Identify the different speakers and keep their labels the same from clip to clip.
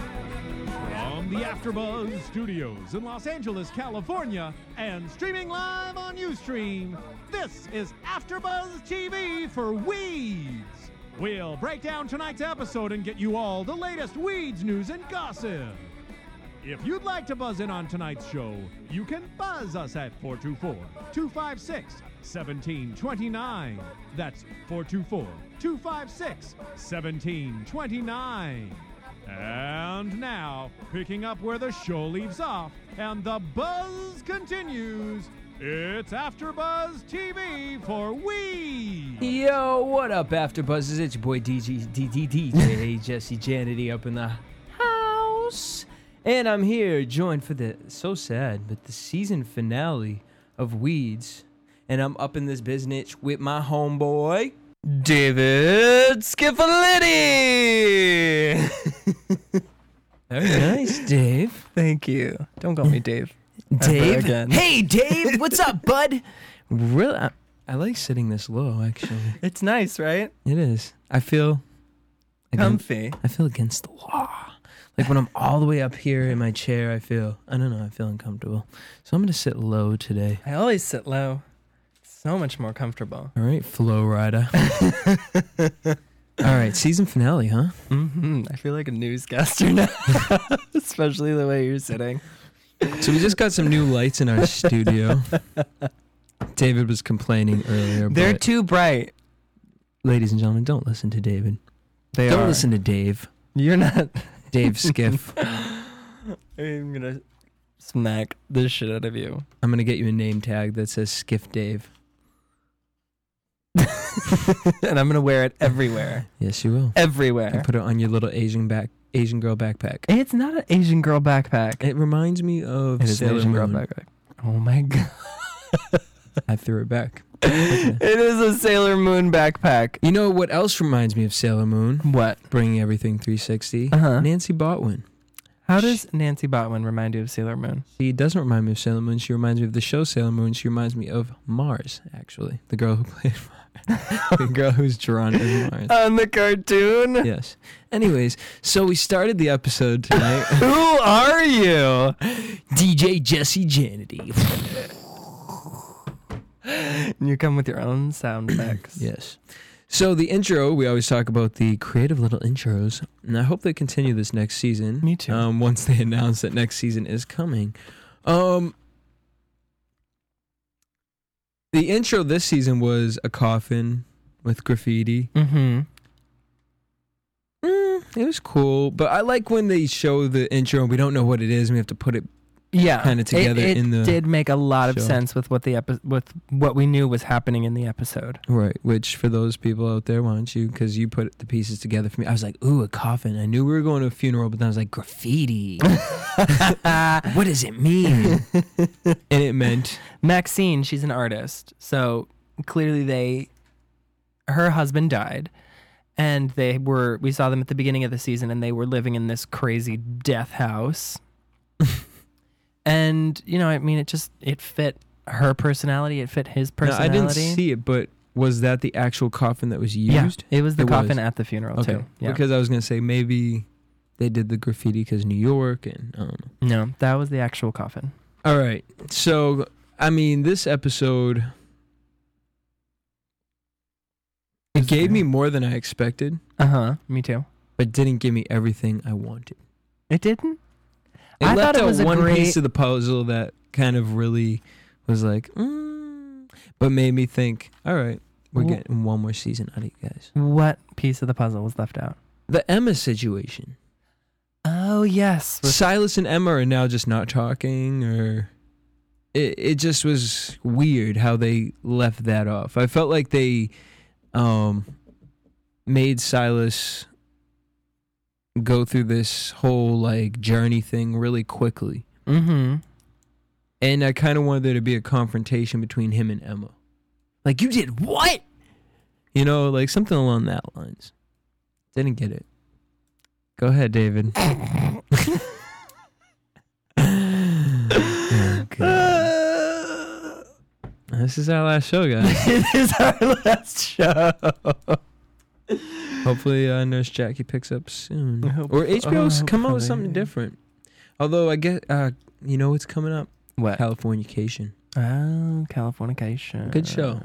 Speaker 1: From the AfterBuzz Studios in Los Angeles, California, and streaming live on UStream, this is AfterBuzz TV for Weeds. We'll break down tonight's episode and get you all the latest Weeds news and gossip. If you'd like to buzz in on tonight's show, you can buzz us at 424 256 1729. That's 424 256 1729. And now, picking up where the show leaves off and the buzz continues, it's After Buzz TV for we.
Speaker 2: Yo, what up, After Buzzes? It's your boy DJ, DDD, Hey, Jesse Janity up in the house. And I'm here joined for the, so sad, but the season finale of Weeds. And I'm up in this business with my homeboy, David Skiffalitti. Very nice, Dave.
Speaker 3: Thank you. Don't call me Dave. Ever
Speaker 2: Dave.
Speaker 3: again.
Speaker 2: Hey, Dave, what's up, bud? Really, I, I like sitting this low, actually.
Speaker 3: It's nice, right?
Speaker 2: It is. I feel against,
Speaker 3: Comfy.
Speaker 2: I feel against the law. Like when I'm all the way up here in my chair, I feel I don't know. I feel uncomfortable. So I'm gonna sit low today.
Speaker 3: I always sit low. So much more comfortable.
Speaker 2: All right, flow rider. all right, season finale, huh?
Speaker 3: hmm I feel like a newscaster now, especially the way you're sitting.
Speaker 2: So we just got some new lights in our studio. David was complaining earlier.
Speaker 3: They're
Speaker 2: but
Speaker 3: too bright.
Speaker 2: ladies and gentlemen, don't listen to David.
Speaker 3: They
Speaker 2: don't
Speaker 3: are.
Speaker 2: listen to Dave.
Speaker 3: You're not.
Speaker 2: Dave Skiff.
Speaker 3: I'm gonna smack the shit out of you.
Speaker 2: I'm gonna get you a name tag that says Skiff Dave.
Speaker 3: and I'm gonna wear it everywhere.
Speaker 2: Yes, you will. And
Speaker 3: Everywhere.
Speaker 2: put it on your little Asian back Asian girl backpack.
Speaker 3: It's not an Asian girl backpack.
Speaker 2: It reminds me of
Speaker 3: It is an
Speaker 2: Sailor
Speaker 3: Asian girl
Speaker 2: Moon.
Speaker 3: backpack. Oh my god.
Speaker 2: I threw it back.
Speaker 3: It is a Sailor Moon backpack.
Speaker 2: You know what else reminds me of Sailor Moon?
Speaker 3: What?
Speaker 2: Bringing everything 360.
Speaker 3: Uh-huh.
Speaker 2: Nancy Botwin.
Speaker 3: How does Nancy Botwin remind you of Sailor Moon?
Speaker 2: She doesn't remind me of Sailor Moon. She reminds me of the show Sailor Moon. She reminds me of Mars, actually. The girl who played Mars. the girl who's drawn as Mars.
Speaker 3: On the cartoon?
Speaker 2: Yes. Anyways, so we started the episode tonight.
Speaker 3: Who are you?
Speaker 2: DJ Jesse Janity.
Speaker 3: You come with your own sound effects.
Speaker 2: Yes. So the intro, we always talk about the creative little intros, and I hope they continue this next season.
Speaker 3: Me too.
Speaker 2: Um, once they announce that next season is coming, um, the intro this season was a coffin with graffiti.
Speaker 3: Mm-hmm.
Speaker 2: Mm, it was cool, but I like when they show the intro and we don't know what it is, and we have to put it.
Speaker 3: Yeah,
Speaker 2: Kinda
Speaker 3: It-
Speaker 2: together
Speaker 3: It,
Speaker 2: in the
Speaker 3: did make a lot of
Speaker 2: show.
Speaker 3: sense with what the epi- with what we knew was happening in the episode.
Speaker 2: Right, which for those people out there, why don't you? Because you put the pieces together for me. I was like, ooh, a coffin. I knew we were going to a funeral, but then I was like, graffiti. what does it mean? and it meant
Speaker 3: Maxine, she's an artist, so clearly they, her husband died, and they were. We saw them at the beginning of the season, and they were living in this crazy death house. and you know, I mean, it just it fit her personality. It fit his
Speaker 2: Now, I
Speaker 3: personality.
Speaker 2: didn't see it, but was that the actual coffin that was used?
Speaker 3: Yeah, it was the
Speaker 2: It was.
Speaker 3: coffin at the funeral
Speaker 2: Okay,
Speaker 3: too. Yeah.
Speaker 2: because I was gonna say maybe they did the graffiti because New York and I don't know.
Speaker 3: no, that was the actual coffin.
Speaker 2: All right, so I mean, this episode it
Speaker 3: It's
Speaker 2: gave
Speaker 3: good.
Speaker 2: me more than I expected,
Speaker 3: Uh huh. Me too.
Speaker 2: but didn't give me everything I wanted.
Speaker 3: It didn't.
Speaker 2: It
Speaker 3: I
Speaker 2: left
Speaker 3: thought it
Speaker 2: out
Speaker 3: was a
Speaker 2: one
Speaker 3: great-
Speaker 2: piece of the puzzle that kind of really was like, mm, but made me think. All right, we're
Speaker 3: Wh-
Speaker 2: getting one more season out of you guys.
Speaker 3: What piece of the puzzle was left out?
Speaker 2: The Emma situation.
Speaker 3: Oh yes. With-
Speaker 2: Silas and Emma are now just not talking, or it it just was weird how they left that off. I felt like they um made Silas go through this whole like journey thing really quickly.
Speaker 3: mm-hmm.
Speaker 2: And I kind of wanted there to be a confrontation between him and Emma. Like, you did what? You know, like something along that lines. Didn't get it. Go ahead, David. Oh, God. This is our last show, guys.
Speaker 3: it is our last show.
Speaker 2: Hopefully, uh, Nurse Jackie picks up soon,
Speaker 3: I hope-
Speaker 2: or HBO's
Speaker 3: oh,
Speaker 2: come out with
Speaker 3: hopefully.
Speaker 2: something different. Although I guess uh, you know what's coming up:
Speaker 3: What?
Speaker 2: Californication.
Speaker 3: Oh, Californication.
Speaker 2: Good show.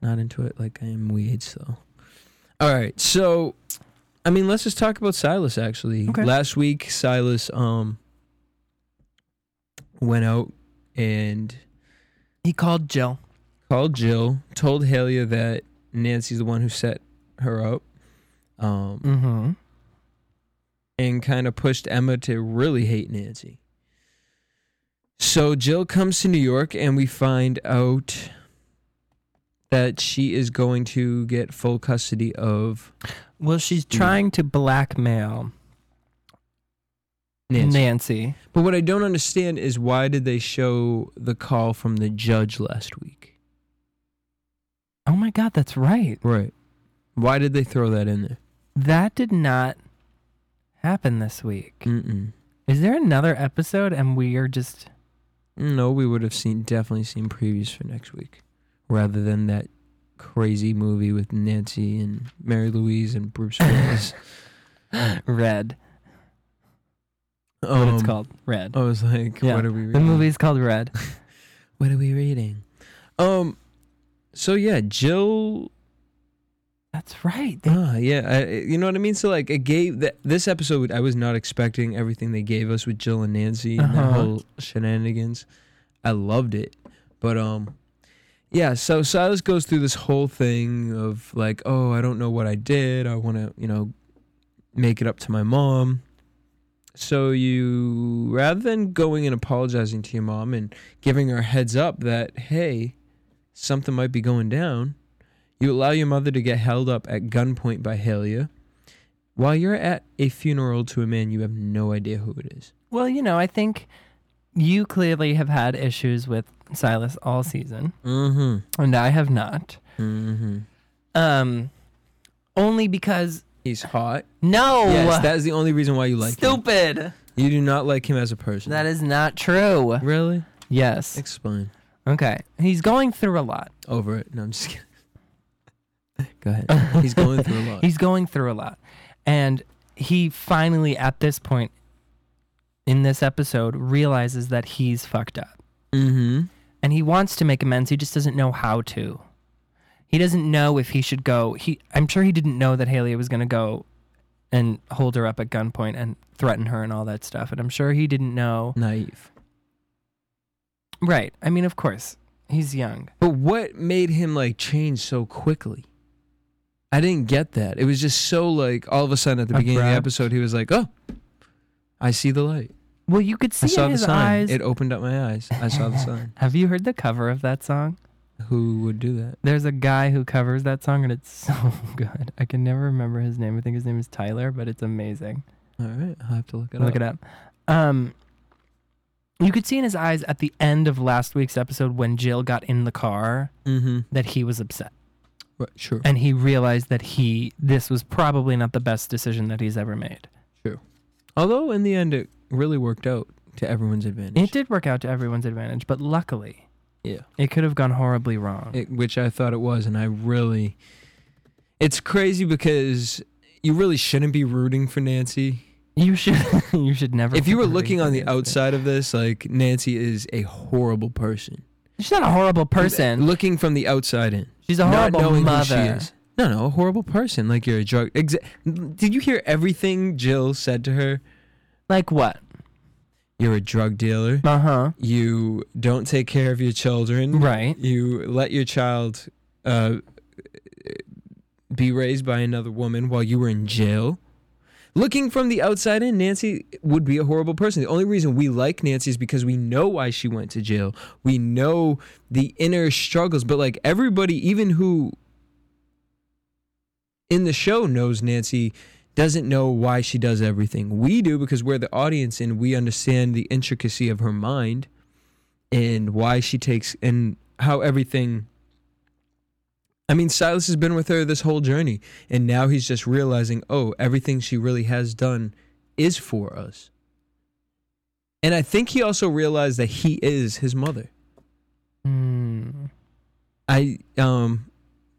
Speaker 2: Not into it like I am weeds, though. All right, so I mean, let's just talk about Silas. Actually,
Speaker 3: Okay.
Speaker 2: last week Silas um went out and
Speaker 3: He called Jill.
Speaker 2: called Jill, told Halia that Nancy's the one who set her up, um,
Speaker 3: Mm-hmm.
Speaker 2: and kind of pushed Emma to really hate Nancy. So Jill comes to New York, and we find out that she is going to get full custody of
Speaker 3: Well, she's trying to blackmail Nancy.
Speaker 2: Nancy. but what I don't understand is why did they show the call from the judge last week?
Speaker 3: Oh my God, that's right.
Speaker 2: Right. Why did they throw that in there?
Speaker 3: That did not happen this week.
Speaker 2: Mm-mm.
Speaker 3: Is there another episode and we are just.
Speaker 2: No, we would have seen definitely seen previews for next week, rather than that crazy movie with Nancy and Mary Louise and Bruce Willis.
Speaker 3: Red. what it's
Speaker 2: Um,
Speaker 3: called. Red.
Speaker 2: I was like,
Speaker 3: Yeah,
Speaker 2: what are we reading?
Speaker 3: the movie's called Red.
Speaker 2: What are we reading? Um. So yeah, Jill.
Speaker 3: That's right. They-
Speaker 2: Ah, yeah. I, I- you know what I mean. So like, it gave that this episode. I was not expecting everything they gave us with Jill and Nancy and
Speaker 3: Uh-huh.
Speaker 2: the whole shenanigans. I loved it, but um, yeah. So Silas goes through this whole thing of like, oh, I don't know what I did. I want to, you know, make it up to my mom. So you, rather than going and apologizing to your mom and giving her a heads up that hey, something might be going down, you allow your mother to get held up at gunpoint by Halia while you're at a funeral to a man you have no idea who it is.
Speaker 3: well, you know, I think you clearly have had issues with Silas all season,
Speaker 2: Mm-hmm.
Speaker 3: and I have not.
Speaker 2: Mm-hmm.
Speaker 3: Um, only because
Speaker 2: He's hot.
Speaker 3: no,
Speaker 2: Yes, that is the only reason why you like him.
Speaker 3: stupid.
Speaker 2: You do not like him as a person.
Speaker 3: That is not true.
Speaker 2: really
Speaker 3: Yes.
Speaker 2: explain.
Speaker 3: Okay. He's going through a lot.
Speaker 2: Over it. No, I'm just kidding. Go ahead. He's going through a lot.
Speaker 3: He's going through a lot. And he finally, at this point in this episode, realizes that he's fucked up.
Speaker 2: mm-hmm.
Speaker 3: And he wants to make amends. He just doesn't know how to. He doesn't know if he should go. He, I'm sure he didn't know that Haley was going to go and hold her up at gunpoint and threaten her and all that stuff. And I'm sure he didn't know.
Speaker 2: Naive.
Speaker 3: Right. I mean, of course, he's young.
Speaker 2: But what made him like change so quickly? I didn't get that. It was just so like all of a sudden at the beginning of the
Speaker 3: Abrupt.
Speaker 2: episode he was like, "Oh, I see the light.
Speaker 3: Well, you could
Speaker 2: I
Speaker 3: see
Speaker 2: saw
Speaker 3: in
Speaker 2: the
Speaker 3: his
Speaker 2: sign.
Speaker 3: eyes.
Speaker 2: It opened up my eyes. I saw the sign."
Speaker 3: Have you heard the cover of that song?
Speaker 2: Who would do that?
Speaker 3: There's a guy who covers that song and it's so good. I can never remember his name. I think his name is Tyler, but it's amazing.
Speaker 2: All right, I'll have to look it
Speaker 3: Look
Speaker 2: up.
Speaker 3: it up. Um you could see in his eyes at the end of last week's episode when Jill got in the car
Speaker 2: Mm-hmm.
Speaker 3: that he was upset.
Speaker 2: Right, sure.
Speaker 3: And he realized that he this was probably not the best decision that he's ever made.
Speaker 2: Although in the end it really worked out to everyone's advantage.
Speaker 3: It did work out to everyone's advantage, but luckily
Speaker 2: Yeah.
Speaker 3: it could have gone horribly wrong.
Speaker 2: it, which I thought it was, and I really. It's crazy because you really shouldn't be rooting for Nancy.
Speaker 3: you should you should never
Speaker 2: If you were
Speaker 3: put the
Speaker 2: looking on the
Speaker 3: reason against it.
Speaker 2: outside of this, like Nancy is a horrible person.
Speaker 3: She's not a horrible person.
Speaker 2: Looking from the outside in,
Speaker 3: She's a
Speaker 2: not
Speaker 3: horrible
Speaker 2: knowing
Speaker 3: mother.
Speaker 2: who she is. No, no, a horrible person. Like you're a drug. Exa- Did you hear everything Jill said to her?
Speaker 3: Like what?
Speaker 2: You're a drug dealer.
Speaker 3: Uh huh.
Speaker 2: You don't take care of your children.
Speaker 3: Right.
Speaker 2: You let your child uh, be raised by another woman while you were in jail. Looking from the outside in, Nancy would be a horrible person. The only reason we like Nancy is because we know why she went to jail. We know the inner struggles, but like everybody, even who in the show knows Nancy, doesn't know why she does everything. We do because we're the audience and we understand the intricacy of her mind and why she takes and how everything I mean, Silas has been with her this whole journey, and now he's just realizing, oh, everything she really has done is for us. And I think he also realized that he is his mother. I um,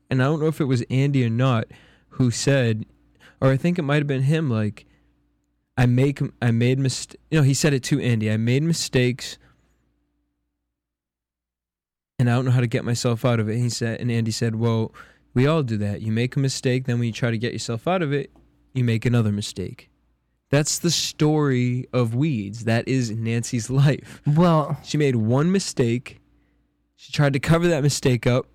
Speaker 2: and I don't know if it was Andy or not who said, or I think it might have been him. Like, I make I made mist. You know, he said it to Andy. I made mistakes, and I don't know how to get myself out of it. He said, and Andy said, "Well, we all do that. You make a mistake, then when you try to get yourself out of it, you make another mistake." That's the story of weeds. That is Nancy's life.
Speaker 3: Well,
Speaker 2: She made one mistake. She tried to cover that mistake up,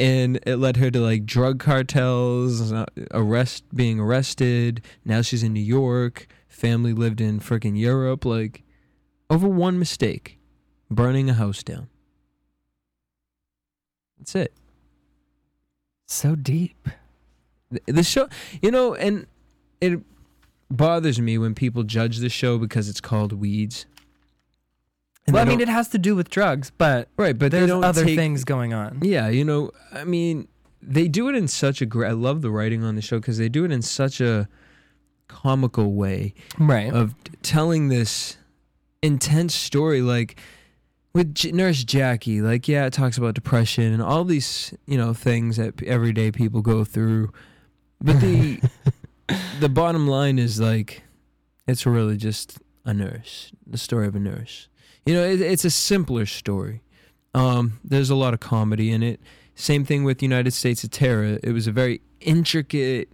Speaker 2: and it led her to like drug cartels, uh, arrest, being arrested. Now she's in New York. Family lived in freaking Europe. Like, over one mistake, burning a house down. That's it.
Speaker 3: so deep.
Speaker 2: Th- The show, you know, and it bothers me when people judge the show because it's called Weeds. And
Speaker 3: Well, I
Speaker 2: they
Speaker 3: mean,
Speaker 2: don't-
Speaker 3: it has to do with drugs, but
Speaker 2: right, but they
Speaker 3: there's
Speaker 2: don't
Speaker 3: other
Speaker 2: take-
Speaker 3: things going on.
Speaker 2: Yeah, you know, I mean, they do it in such a great. I love the writing on the show because they do it in such a comical way
Speaker 3: Right.
Speaker 2: of t- telling this intense story. Like with J- Nurse Jackie, like yeah, it talks about depression and all these you know things that p- everyday people go through, but the the bottom line is like it's really just a nurse, the story of a nurse. You know, it, it's a simpler story. Um, there's a lot of comedy in it. Same thing with United States of Terror. It was a very intricate,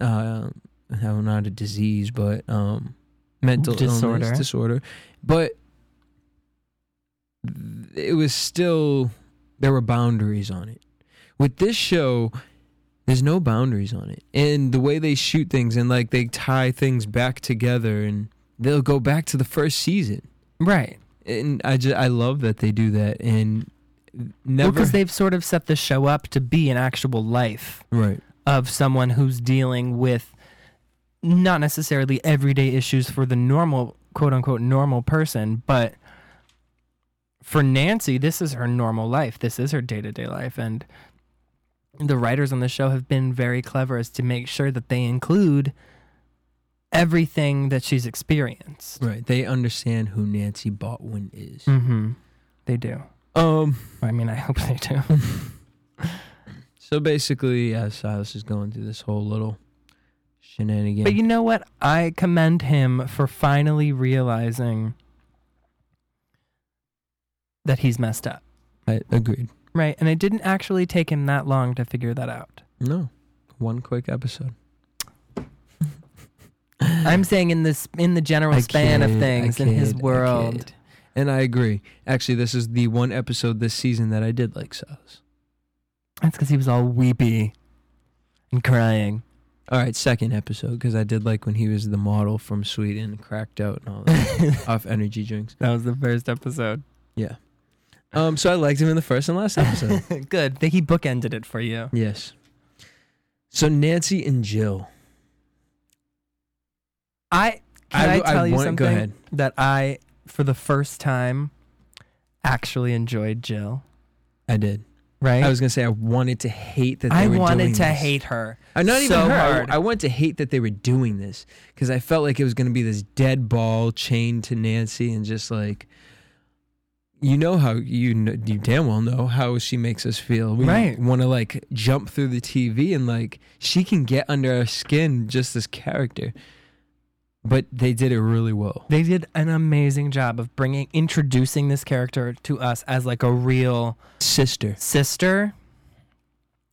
Speaker 2: uh, no, not a disease, but um, mental
Speaker 3: Disorder.
Speaker 2: illness disorder. But th- it was still there were boundaries on it. With this show, there's no boundaries on it, and the way they shoot things and like they tie things back together, and they'll go back to the first season
Speaker 3: Right.
Speaker 2: and I just I love that they do that and
Speaker 3: Well,
Speaker 2: never
Speaker 3: because they've sort of set the show up to be an actual life
Speaker 2: right
Speaker 3: of someone who's dealing with not necessarily everyday issues for the normal, quote unquote, normal person, but for Nancy, this is her normal life. This is her day to day life. And the writers on the show have been very clever as to make sure that they include everything that she's experienced.
Speaker 2: right they understand who Nancy Botwin is.
Speaker 3: Mm-hmm. They do.
Speaker 2: Um.
Speaker 3: I mean, I hope they do.
Speaker 2: So basically, yeah, Silas is going through this whole little shenanigan.
Speaker 3: But you know what? I commend him for finally realizing that he's messed up,
Speaker 2: I agreed.
Speaker 3: right? And it didn't actually take him that long to figure that out.
Speaker 2: No, one quick episode.
Speaker 3: I'm saying in this in the general
Speaker 2: I
Speaker 3: span
Speaker 2: kid,
Speaker 3: of
Speaker 2: I
Speaker 3: things in his
Speaker 2: kid, I
Speaker 3: world.
Speaker 2: kid. And I agree. Actually, this is the one episode this season that I did like Silas.
Speaker 3: That's because he was all weepy and crying.
Speaker 2: All right, second episode because I did like when he was the model from Sweden, cracked out and all that off energy drinks.
Speaker 3: That was the first episode.
Speaker 2: Yeah. Um. So I liked him in the first and last episode.
Speaker 3: Good. that He bookended it for you.
Speaker 2: Yes. So Nancy and Jill.
Speaker 3: I can
Speaker 2: I
Speaker 3: I,
Speaker 2: w- I
Speaker 3: tell you
Speaker 2: want-
Speaker 3: something
Speaker 2: go ahead.
Speaker 3: that I for the first time actually enjoyed Jill.
Speaker 2: I did.
Speaker 3: Right?
Speaker 2: I was gonna say I wanted to hate that they
Speaker 3: I
Speaker 2: were doing
Speaker 3: wanted to
Speaker 2: this.
Speaker 3: hate her.
Speaker 2: Uh, not
Speaker 3: so
Speaker 2: even her. I-
Speaker 3: hard.
Speaker 2: I, wanted to hate that they were doing this because I felt like it was gonna be this dead ball chained to Nancy and just like. You know how you kn- you damn well know how she makes us feel. We
Speaker 3: Right.
Speaker 2: want to like jump through the TV and like she can get under our skin just this character, but they did it really well.
Speaker 3: They did an amazing job of bringing introducing this character to us as like a real
Speaker 2: Sister,
Speaker 3: sister,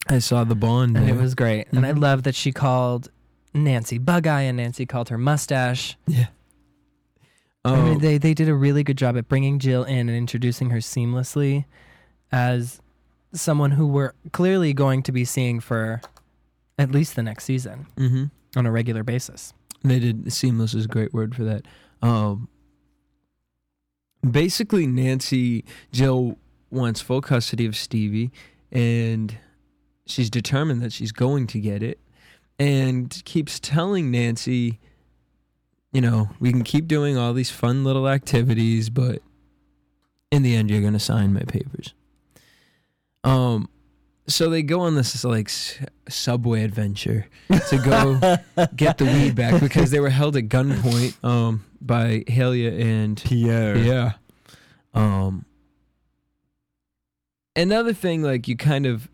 Speaker 2: I saw the bond.
Speaker 3: and it
Speaker 2: there.
Speaker 3: was great. And
Speaker 2: Mm-hmm.
Speaker 3: I love that she called Nancy Bug Eye, and Nancy called her Mustache.
Speaker 2: Yeah. Oh,
Speaker 3: I mean, they they did a really good job at bringing Jill in and introducing her seamlessly as someone who we're clearly going to be seeing for at least the next season
Speaker 2: hmm
Speaker 3: on a regular basis.
Speaker 2: they did. Seamless is a great word for that. Um, basically, Nancy Jill wants full custody of Stevie, and she's determined that she's going to get it, and keeps telling Nancy, you know, we can keep doing all these fun little activities, but in the end, you're going to sign my papers. Um, so they go on this like s- subway adventure to go get the weed back because they were held at gunpoint um, by Halia and
Speaker 4: Pierre.
Speaker 2: yeah. Um. Another thing, like you kind of,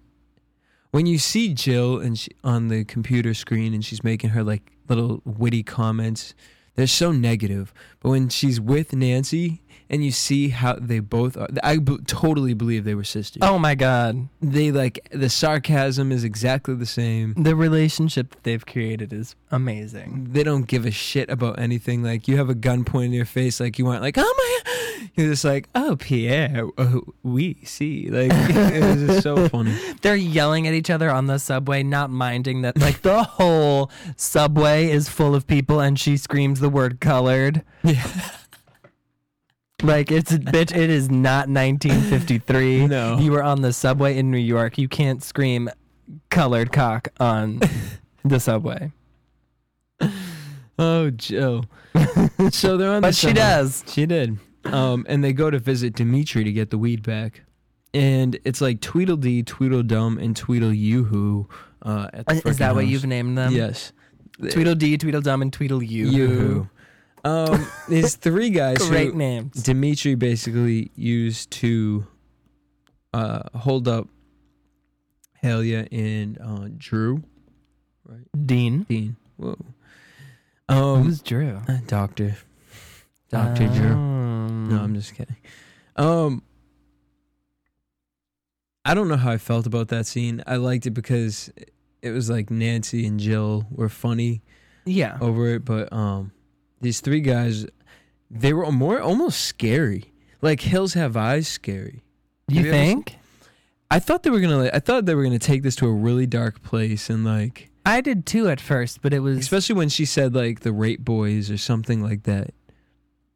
Speaker 2: when you see Jill and she, on the computer screen and she's making her like little witty comments, they're so negative. But when she's with Nancy and you see how they both are, I b- totally believe they were sisters.
Speaker 3: Oh my god,
Speaker 2: They like the sarcasm is exactly the same.
Speaker 3: the relationship that they've created is amazing.
Speaker 2: They don't give a shit about anything. Like you have a gun pointed in your face, like you aren't like, oh my, you're just like,
Speaker 3: Oh, Pierre.
Speaker 2: oh, we see. Like it was just so funny.
Speaker 3: They're yelling at each other on the subway, not minding that like the whole subway is full of people and she screams the word colored.
Speaker 2: Yeah.
Speaker 3: Like it's bitch, it is not 1953.
Speaker 2: No.
Speaker 3: You were on the subway in New York. You can't scream colored cock on the subway.
Speaker 2: Oh, Jill. so they're on. the
Speaker 3: But she
Speaker 2: subway.
Speaker 3: does.
Speaker 2: She did. Um, and they go to visit Dimitri to get the weed back, and it's like Tweedledee, Tweedledum, and Tweedleyoo. Uh, at the
Speaker 3: Is
Speaker 2: frickin'
Speaker 3: that what
Speaker 2: house.
Speaker 3: you've named them?
Speaker 2: Yes.
Speaker 3: Tweedledee, Tweedledum, and Tweedleyoo.
Speaker 2: You. Um, there's three guys.
Speaker 3: Great
Speaker 2: who
Speaker 3: names.
Speaker 2: Dimitri basically used to uh, hold up Helia and uh, Drew
Speaker 3: Dean.
Speaker 2: Dean. Whoa. Um,
Speaker 3: Who's Drew?
Speaker 2: Uh, Doctor. Doctor
Speaker 3: Uh,
Speaker 2: Drew. No, I'm just kidding. Um I don't know how I felt about that scene. I liked it because it was like Nancy and Jill were funny
Speaker 3: yeah.
Speaker 2: over it, but um these three guys they were more almost scary. Like Hills Have Eyes scary.
Speaker 3: you
Speaker 2: have you ever seen-
Speaker 3: think?
Speaker 2: I thought they were gonna like, I thought they were gonna take this to a really dark place and like
Speaker 3: I did too at first, but it was
Speaker 2: especially when she said like the rape boys or something like that.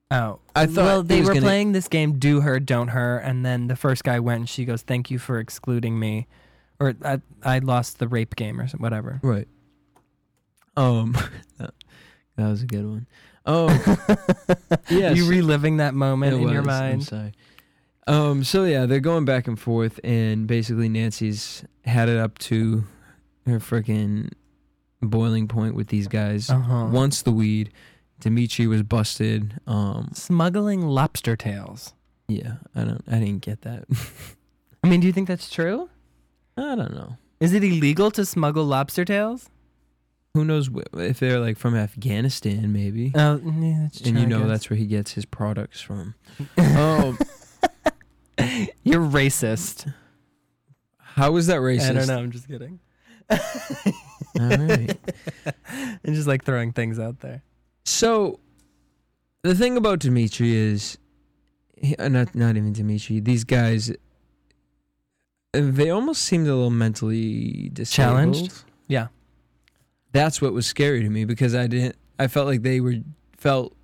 Speaker 3: Oh,
Speaker 2: I thought
Speaker 3: Well,
Speaker 2: it
Speaker 3: they
Speaker 2: was
Speaker 3: were
Speaker 2: gonna-
Speaker 3: playing this game, "Do Her, Don't Her," and then the first guy went, and she goes, "Thank you for excluding me," or I, I lost the rape game or some- whatever.
Speaker 2: Right. Um, that, that was a good one. Um, yes,
Speaker 3: You reliving that moment
Speaker 2: it
Speaker 3: in your
Speaker 2: was. I'm
Speaker 3: mind?
Speaker 2: sorry. Um, so yeah, they're going back and forth, and basically Nancy's had it up to her freaking boiling point with these guys.
Speaker 3: Uh-huh.
Speaker 2: Once the weed, Dimitri was busted. Um,
Speaker 3: Smuggling lobster tails.
Speaker 2: yeah, I don't, I didn't get that.
Speaker 3: I mean, do you think that's true?
Speaker 2: I don't know.
Speaker 3: Is it illegal to smuggle lobster tails?
Speaker 2: Who knows wh- if they're like from Afghanistan, maybe.
Speaker 3: Oh, yeah, that's true.
Speaker 2: and
Speaker 3: I
Speaker 2: you know
Speaker 3: guess.
Speaker 2: that's where he gets his products from. um,
Speaker 3: you're racist.
Speaker 2: How is that racist?
Speaker 3: I don't know. I'm just kidding.
Speaker 2: All right.
Speaker 3: I'm just like throwing things out there.
Speaker 2: So, the thing about Dimitri is, he- uh, not not even Dimitri. These guys, uh, they almost seemed a little mentally disabled.
Speaker 3: Challenged? Yeah.
Speaker 2: That's what was scary to me because I didn't. I felt like they were felt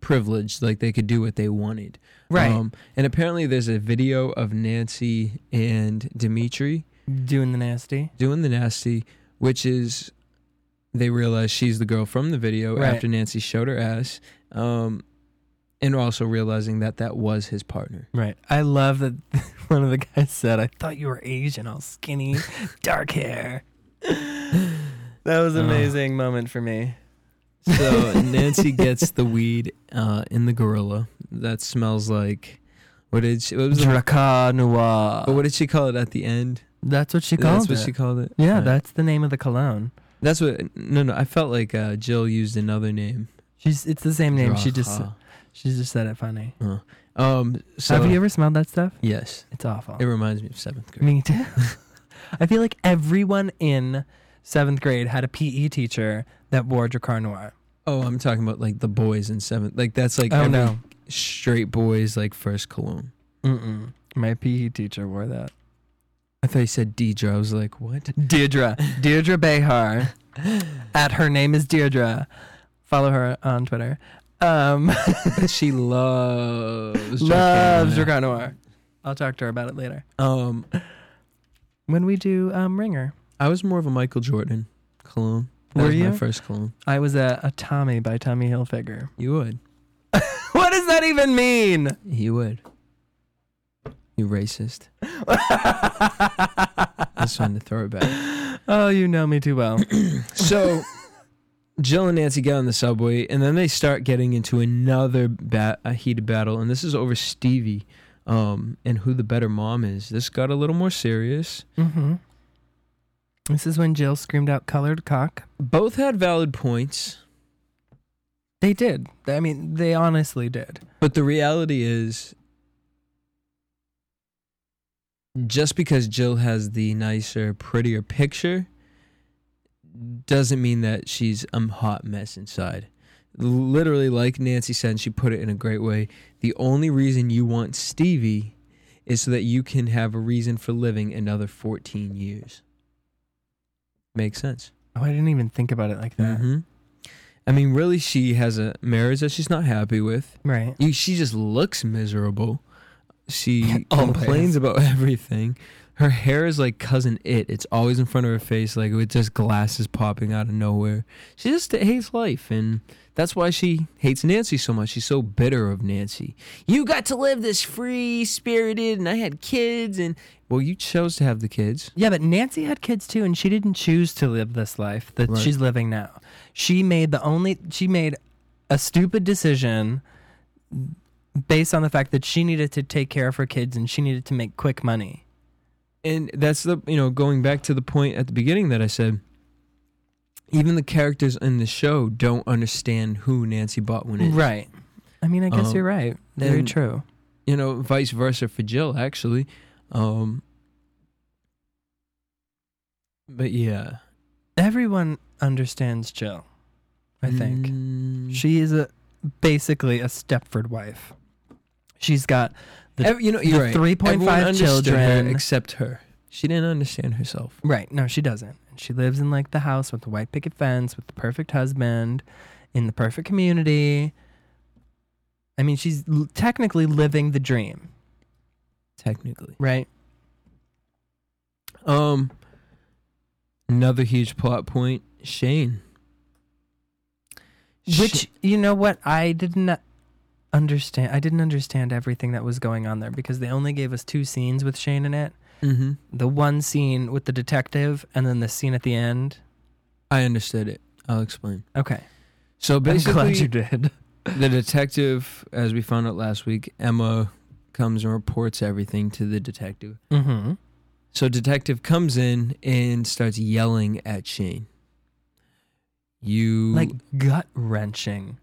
Speaker 2: privileged, like they could do what they wanted. Um,
Speaker 3: Right.
Speaker 2: and apparently, there's a video of Nancy and Dimitri
Speaker 3: Doing the nasty.
Speaker 2: doing the nasty, which is they realize she's the girl from the video
Speaker 3: Right.
Speaker 2: after Nancy showed her ass, um, and also realizing that that was his partner.
Speaker 3: Right. I love that one of the guys said, I thought you were Asian, all skinny, dark hair. That was an
Speaker 2: Oh.
Speaker 3: amazing moment for me.
Speaker 2: So Nancy gets the weed uh, in the gorilla that smells like what did she, what was the,
Speaker 3: Draca
Speaker 2: but what did she call it at the end?
Speaker 3: That's what she
Speaker 2: that's
Speaker 3: called
Speaker 2: what
Speaker 3: it.
Speaker 2: she called it.
Speaker 3: yeah,
Speaker 2: Right.
Speaker 3: that's the name of the cologne.
Speaker 2: that's what. No, no, I felt like uh, Jill used another name.
Speaker 3: She's it's the same name. She just
Speaker 2: Draha.
Speaker 3: she just said it funny.
Speaker 2: Um. So
Speaker 3: Have you ever smelled that stuff?
Speaker 2: Yes,
Speaker 3: It's awful.
Speaker 2: it reminds me of seventh grade.
Speaker 3: me too. I feel like everyone in seventh grade had a PE teacher that wore Dracar Noir.
Speaker 2: Oh, I'm talking about like the boys in seventh. Like that's like
Speaker 3: oh
Speaker 2: every
Speaker 3: no.
Speaker 2: straight boys like first cologne.
Speaker 3: Mm-mm. My PE teacher wore that.
Speaker 2: I thought you said Deidre. I was like, what?
Speaker 3: Deirdre. Deirdre Behar. At her name is Deirdre. Follow her on Twitter. Um,
Speaker 2: she loves
Speaker 3: loves
Speaker 2: Dracarys.
Speaker 3: Dragon Noir. I'll talk to her about it later.
Speaker 2: Um,
Speaker 3: When we do um, Ringer,
Speaker 2: I was more of a Michael Jordan cologne. That
Speaker 3: Were
Speaker 2: was
Speaker 3: you?
Speaker 2: my first cologne?
Speaker 3: I was a, a Tommy by Tommy Hilfiger.
Speaker 2: You would.
Speaker 3: What does that even mean?
Speaker 2: You would. You racist. just wanted to throw it back.
Speaker 3: Oh, you know me too well.
Speaker 2: So Jill and Nancy get on the subway, and then they start getting into another bat, a heated battle, and this is over Stevie um, and who the better mom is. This got a little more serious.
Speaker 3: mm-hmm. This is when Jill screamed out colored cock.
Speaker 2: Both had valid points,
Speaker 3: They did. I mean, they honestly did.
Speaker 2: but the reality is just because Jill has the nicer, prettier picture doesn't mean that she's a hot mess inside. Literally, like Nancy said, and she put it in a great way. The only reason you want Stevie is so that you can have a reason for living another 14 years. Makes sense.
Speaker 3: Oh, I didn't even think about it like that.
Speaker 2: hmm I mean, really, she has a marriage that she's not happy with.
Speaker 3: Right.
Speaker 2: You, she just looks miserable. She
Speaker 3: Always.
Speaker 2: complains about everything. Her hair is like cousin it. It's always in front of her face, like with just glasses popping out of nowhere. She just hates life, and that's why she hates Nancy so much. She's so bitter of Nancy. You got to live this free spirited, and I had kids, and well, you chose to have the kids.
Speaker 3: Yeah, but Nancy had kids too, and she didn't choose to live this life that
Speaker 2: Right.
Speaker 3: she's living now. She made the only she made a stupid decision based on the fact that she needed to take care of her kids and she needed to make quick money.
Speaker 2: and that's the you know going back to the point at the beginning that I said. Even the characters in the show don't understand who Nancy Botwin is.
Speaker 3: Right. I mean, I guess
Speaker 2: Um,
Speaker 3: you're right. Very
Speaker 2: and-
Speaker 3: true.
Speaker 2: You know, vice versa for Jill actually. Um, but yeah,
Speaker 3: Everyone understands Jill. I think.
Speaker 2: Mm,
Speaker 3: She is a basically a Stepford wife. She's got the
Speaker 2: ev- you know, you're
Speaker 3: the
Speaker 2: right.
Speaker 3: 3.5
Speaker 2: Everyone understood her
Speaker 3: children.
Speaker 2: except her. She didn't understand herself.
Speaker 3: Right. No, she doesn't. And She lives in like the house with the white picket fence, with the perfect husband, in the perfect community. I mean, she's l- technically living the dream,
Speaker 2: Technically.
Speaker 3: right?
Speaker 2: Um, another huge plot point: Shane.
Speaker 3: Which you know what I did not understand. I didn't understand everything that was going on there because they only gave us two scenes with Shane in it.
Speaker 2: hmm
Speaker 3: The one scene with the detective, and then the scene at the end.
Speaker 2: I understood it. I'll explain.
Speaker 3: Okay,
Speaker 2: So basically,
Speaker 3: I'm glad you did.
Speaker 2: the detective, as we found out last week, Emma comes and reports everything to the detective.
Speaker 3: Mm-hmm.
Speaker 2: So detective comes in and starts yelling at Shane. You
Speaker 3: Like gut wrenching,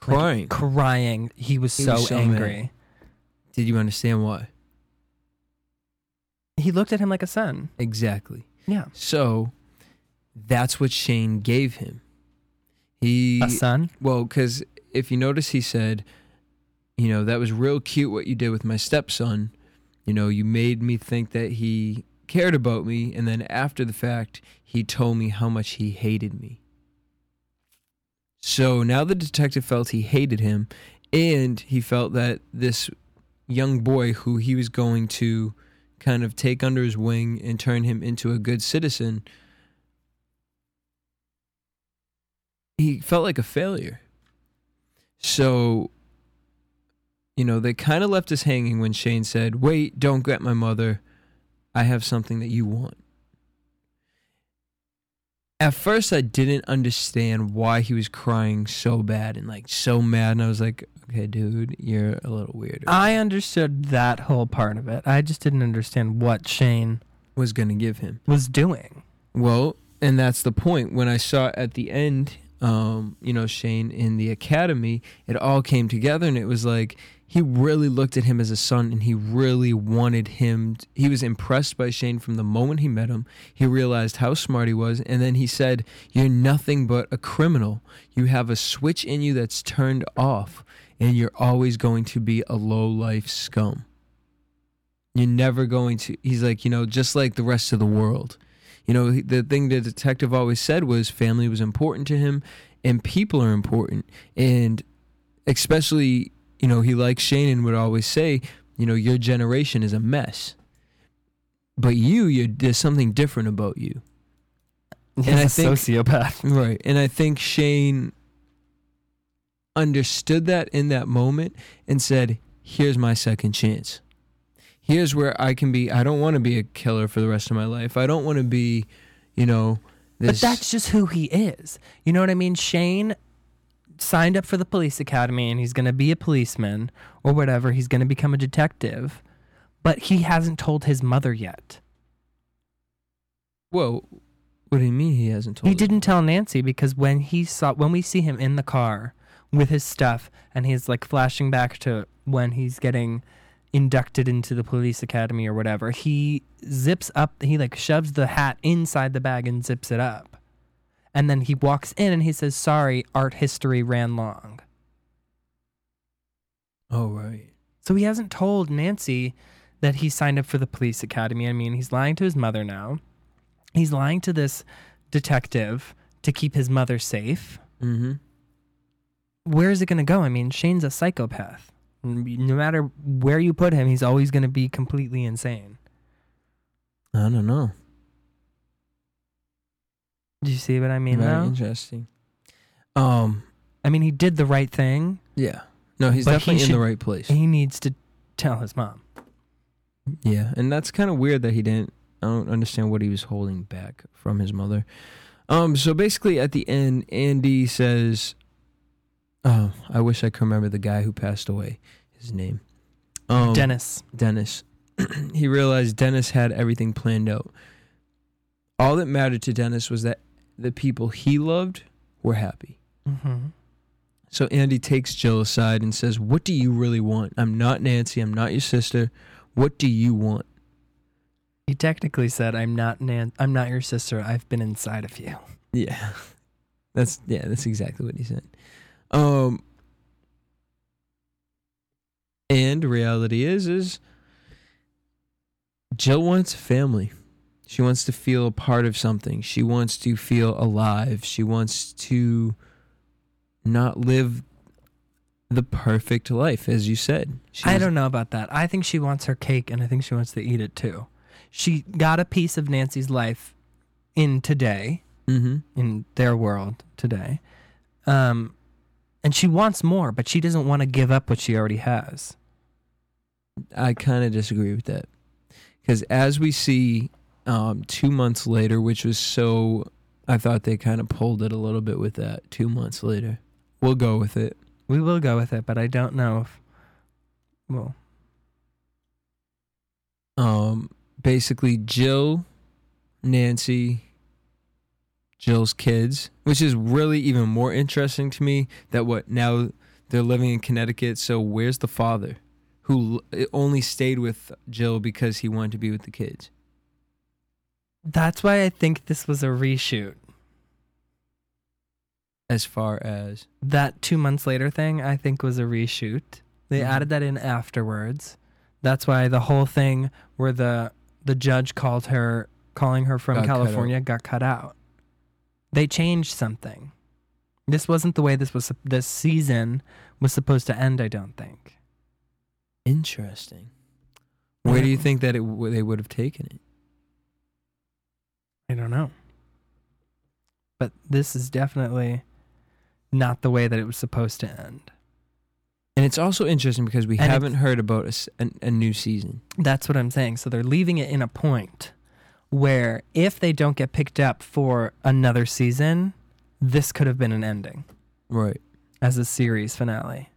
Speaker 2: crying?
Speaker 3: crying. He was
Speaker 2: He
Speaker 3: so
Speaker 2: was so mad.
Speaker 3: angry.
Speaker 2: Did you understand why?
Speaker 3: he looked at him like a son.
Speaker 2: Exactly.
Speaker 3: Yeah.
Speaker 2: So that's what Shane gave him. He
Speaker 3: A son?
Speaker 2: Well, because if you notice, he said, you know, that was real cute what you did with my stepson. You know, you made me think that he cared about me. And then after the fact, he told me how much he hated me. So now the detective felt he hated him. And he felt that this young boy who he was going to kind of take under his wing and turn him into a good citizen, he felt like a failure. So, you know, they kind of left us hanging when Shane said, Wait, don't get my mother. I have something that you want. At first, I didn't understand why he was crying so bad and like so mad. And I was like, okay, dude, you're a little weird.
Speaker 3: I understood that whole part of it. I just didn't understand what Shane
Speaker 2: was going to give him.
Speaker 3: was doing.
Speaker 2: Well, and that's the point. When I saw at the end, um, you know, Shane in the academy, it all came together and it was like he really looked at him as a son and he really wanted him. t- he was impressed by Shane from the moment he met him. He realized how smart he was. And then he said, You're nothing but a criminal. You have a switch in you that's turned off and you're always going to be a low life scum. You're never going to, he's like, you know, just like the rest of the world. You know, he- the thing the detective always said was family was important to him and people are important. And especially, you know, he like Shannon would always say, you know, your generation is a mess. But you, you there's something different about you.
Speaker 3: He's
Speaker 2: I
Speaker 3: a
Speaker 2: think-
Speaker 3: sociopath.
Speaker 2: Right. And I think Shane understood that in that moment and said, Here's my second chance. here's where I can be. I don't want to be a killer for the rest of my life. I don't want to be, you know,
Speaker 3: But
Speaker 2: this.
Speaker 3: that's just who he is. You know what I mean? Shane signed up for the police academy and he's going to be a policeman or whatever. He's going to become a detective. But he hasn't told his mother yet.
Speaker 2: whoa. What do you mean he hasn't told?
Speaker 3: He
Speaker 2: her?
Speaker 3: didn't tell Nancy because when he saw when we see him in the car with his stuff and he's like flashing back to when he's getting inducted into the police academy or whatever, he zips up he like shoves the hat inside the bag and zips it up. And then he walks in and he says, "Sorry, art history ran long."
Speaker 2: Oh right.
Speaker 3: So he hasn't told Nancy that he signed up for the police academy. I mean, he's lying to his mother now. He's lying to this detective to keep his mother safe.
Speaker 2: Mm-hmm.
Speaker 3: Where is it going to go? I mean, Shane's a psychopath. N- No matter where you put him, he's always going to be completely insane.
Speaker 2: I don't know.
Speaker 3: Do you see what I mean,
Speaker 2: Very
Speaker 3: though?
Speaker 2: interesting. Um.
Speaker 3: I mean, he did the right thing.
Speaker 2: Yeah. No, he's
Speaker 3: But he
Speaker 2: definitely in
Speaker 3: should-
Speaker 2: the right place.
Speaker 3: He needs to tell his mom.
Speaker 2: Yeah, and that's kind of weird that he didn't. I don't understand what he was holding back from his mother. Um, so basically, at the end, Andy says, "Oh, I wish I could remember the guy who passed away. His name, um,
Speaker 3: Dennis.
Speaker 2: Dennis. he realized Dennis had everything planned out. All that mattered to Dennis was that the people he loved were happy.
Speaker 3: hmm
Speaker 2: So Andy takes Jill aside and says, What do you really want? I'm not Nancy. I'm not your sister. What do you want?
Speaker 3: He technically said, "I'm not Nan. I'm not your sister. I've been inside of you."
Speaker 2: Yeah. That's yeah, that's exactly what he said. Um and reality is is Jill wants a family. She wants to feel a part of something. She wants to feel alive. She wants to not live the perfect life as you said. She
Speaker 3: I
Speaker 2: was-
Speaker 3: don't know about that. I think she wants her cake and I think she wants to eat it too. She got a piece of Nancy's life in today,
Speaker 2: Mhm.
Speaker 3: in their world today. Um and she wants more, but she doesn't want to give up what she already has.
Speaker 2: I kind of disagree with that. Because as we see um, two months later, which was so, I thought they kind of pulled it a little bit with that. Two months later. We'll go with it.
Speaker 3: We will go with it, but I don't know if well,
Speaker 2: Um, basically, Jill, Nancy, Jill's kids, which is really even more interesting to me that what now they're living in Connecticut. So where's the father who l- only stayed with Jill because he wanted to be with the kids?
Speaker 3: that's why I think this was a reshoot.
Speaker 2: As far as.
Speaker 3: That 2 months later thing I think was a reshoot. They
Speaker 2: Mhm.
Speaker 3: added that in afterwards. That's why the whole thing where the the judge called her calling her from
Speaker 2: Got cut out.
Speaker 3: California got cut out. They changed something. This wasn't the way this was this season was supposed to end, I don't think.
Speaker 2: Interesting. Where do you think that it w- they would have taken it?
Speaker 3: I don't know. But this is definitely not the way that it was supposed to end.
Speaker 2: And it's also interesting because we
Speaker 3: And it's-
Speaker 2: haven't heard about a, s- an- a new season.
Speaker 3: That's what I'm saying. So they're leaving it in a point where if they don't get picked up for another season, this could have been an ending
Speaker 2: Right.
Speaker 3: as a series finale.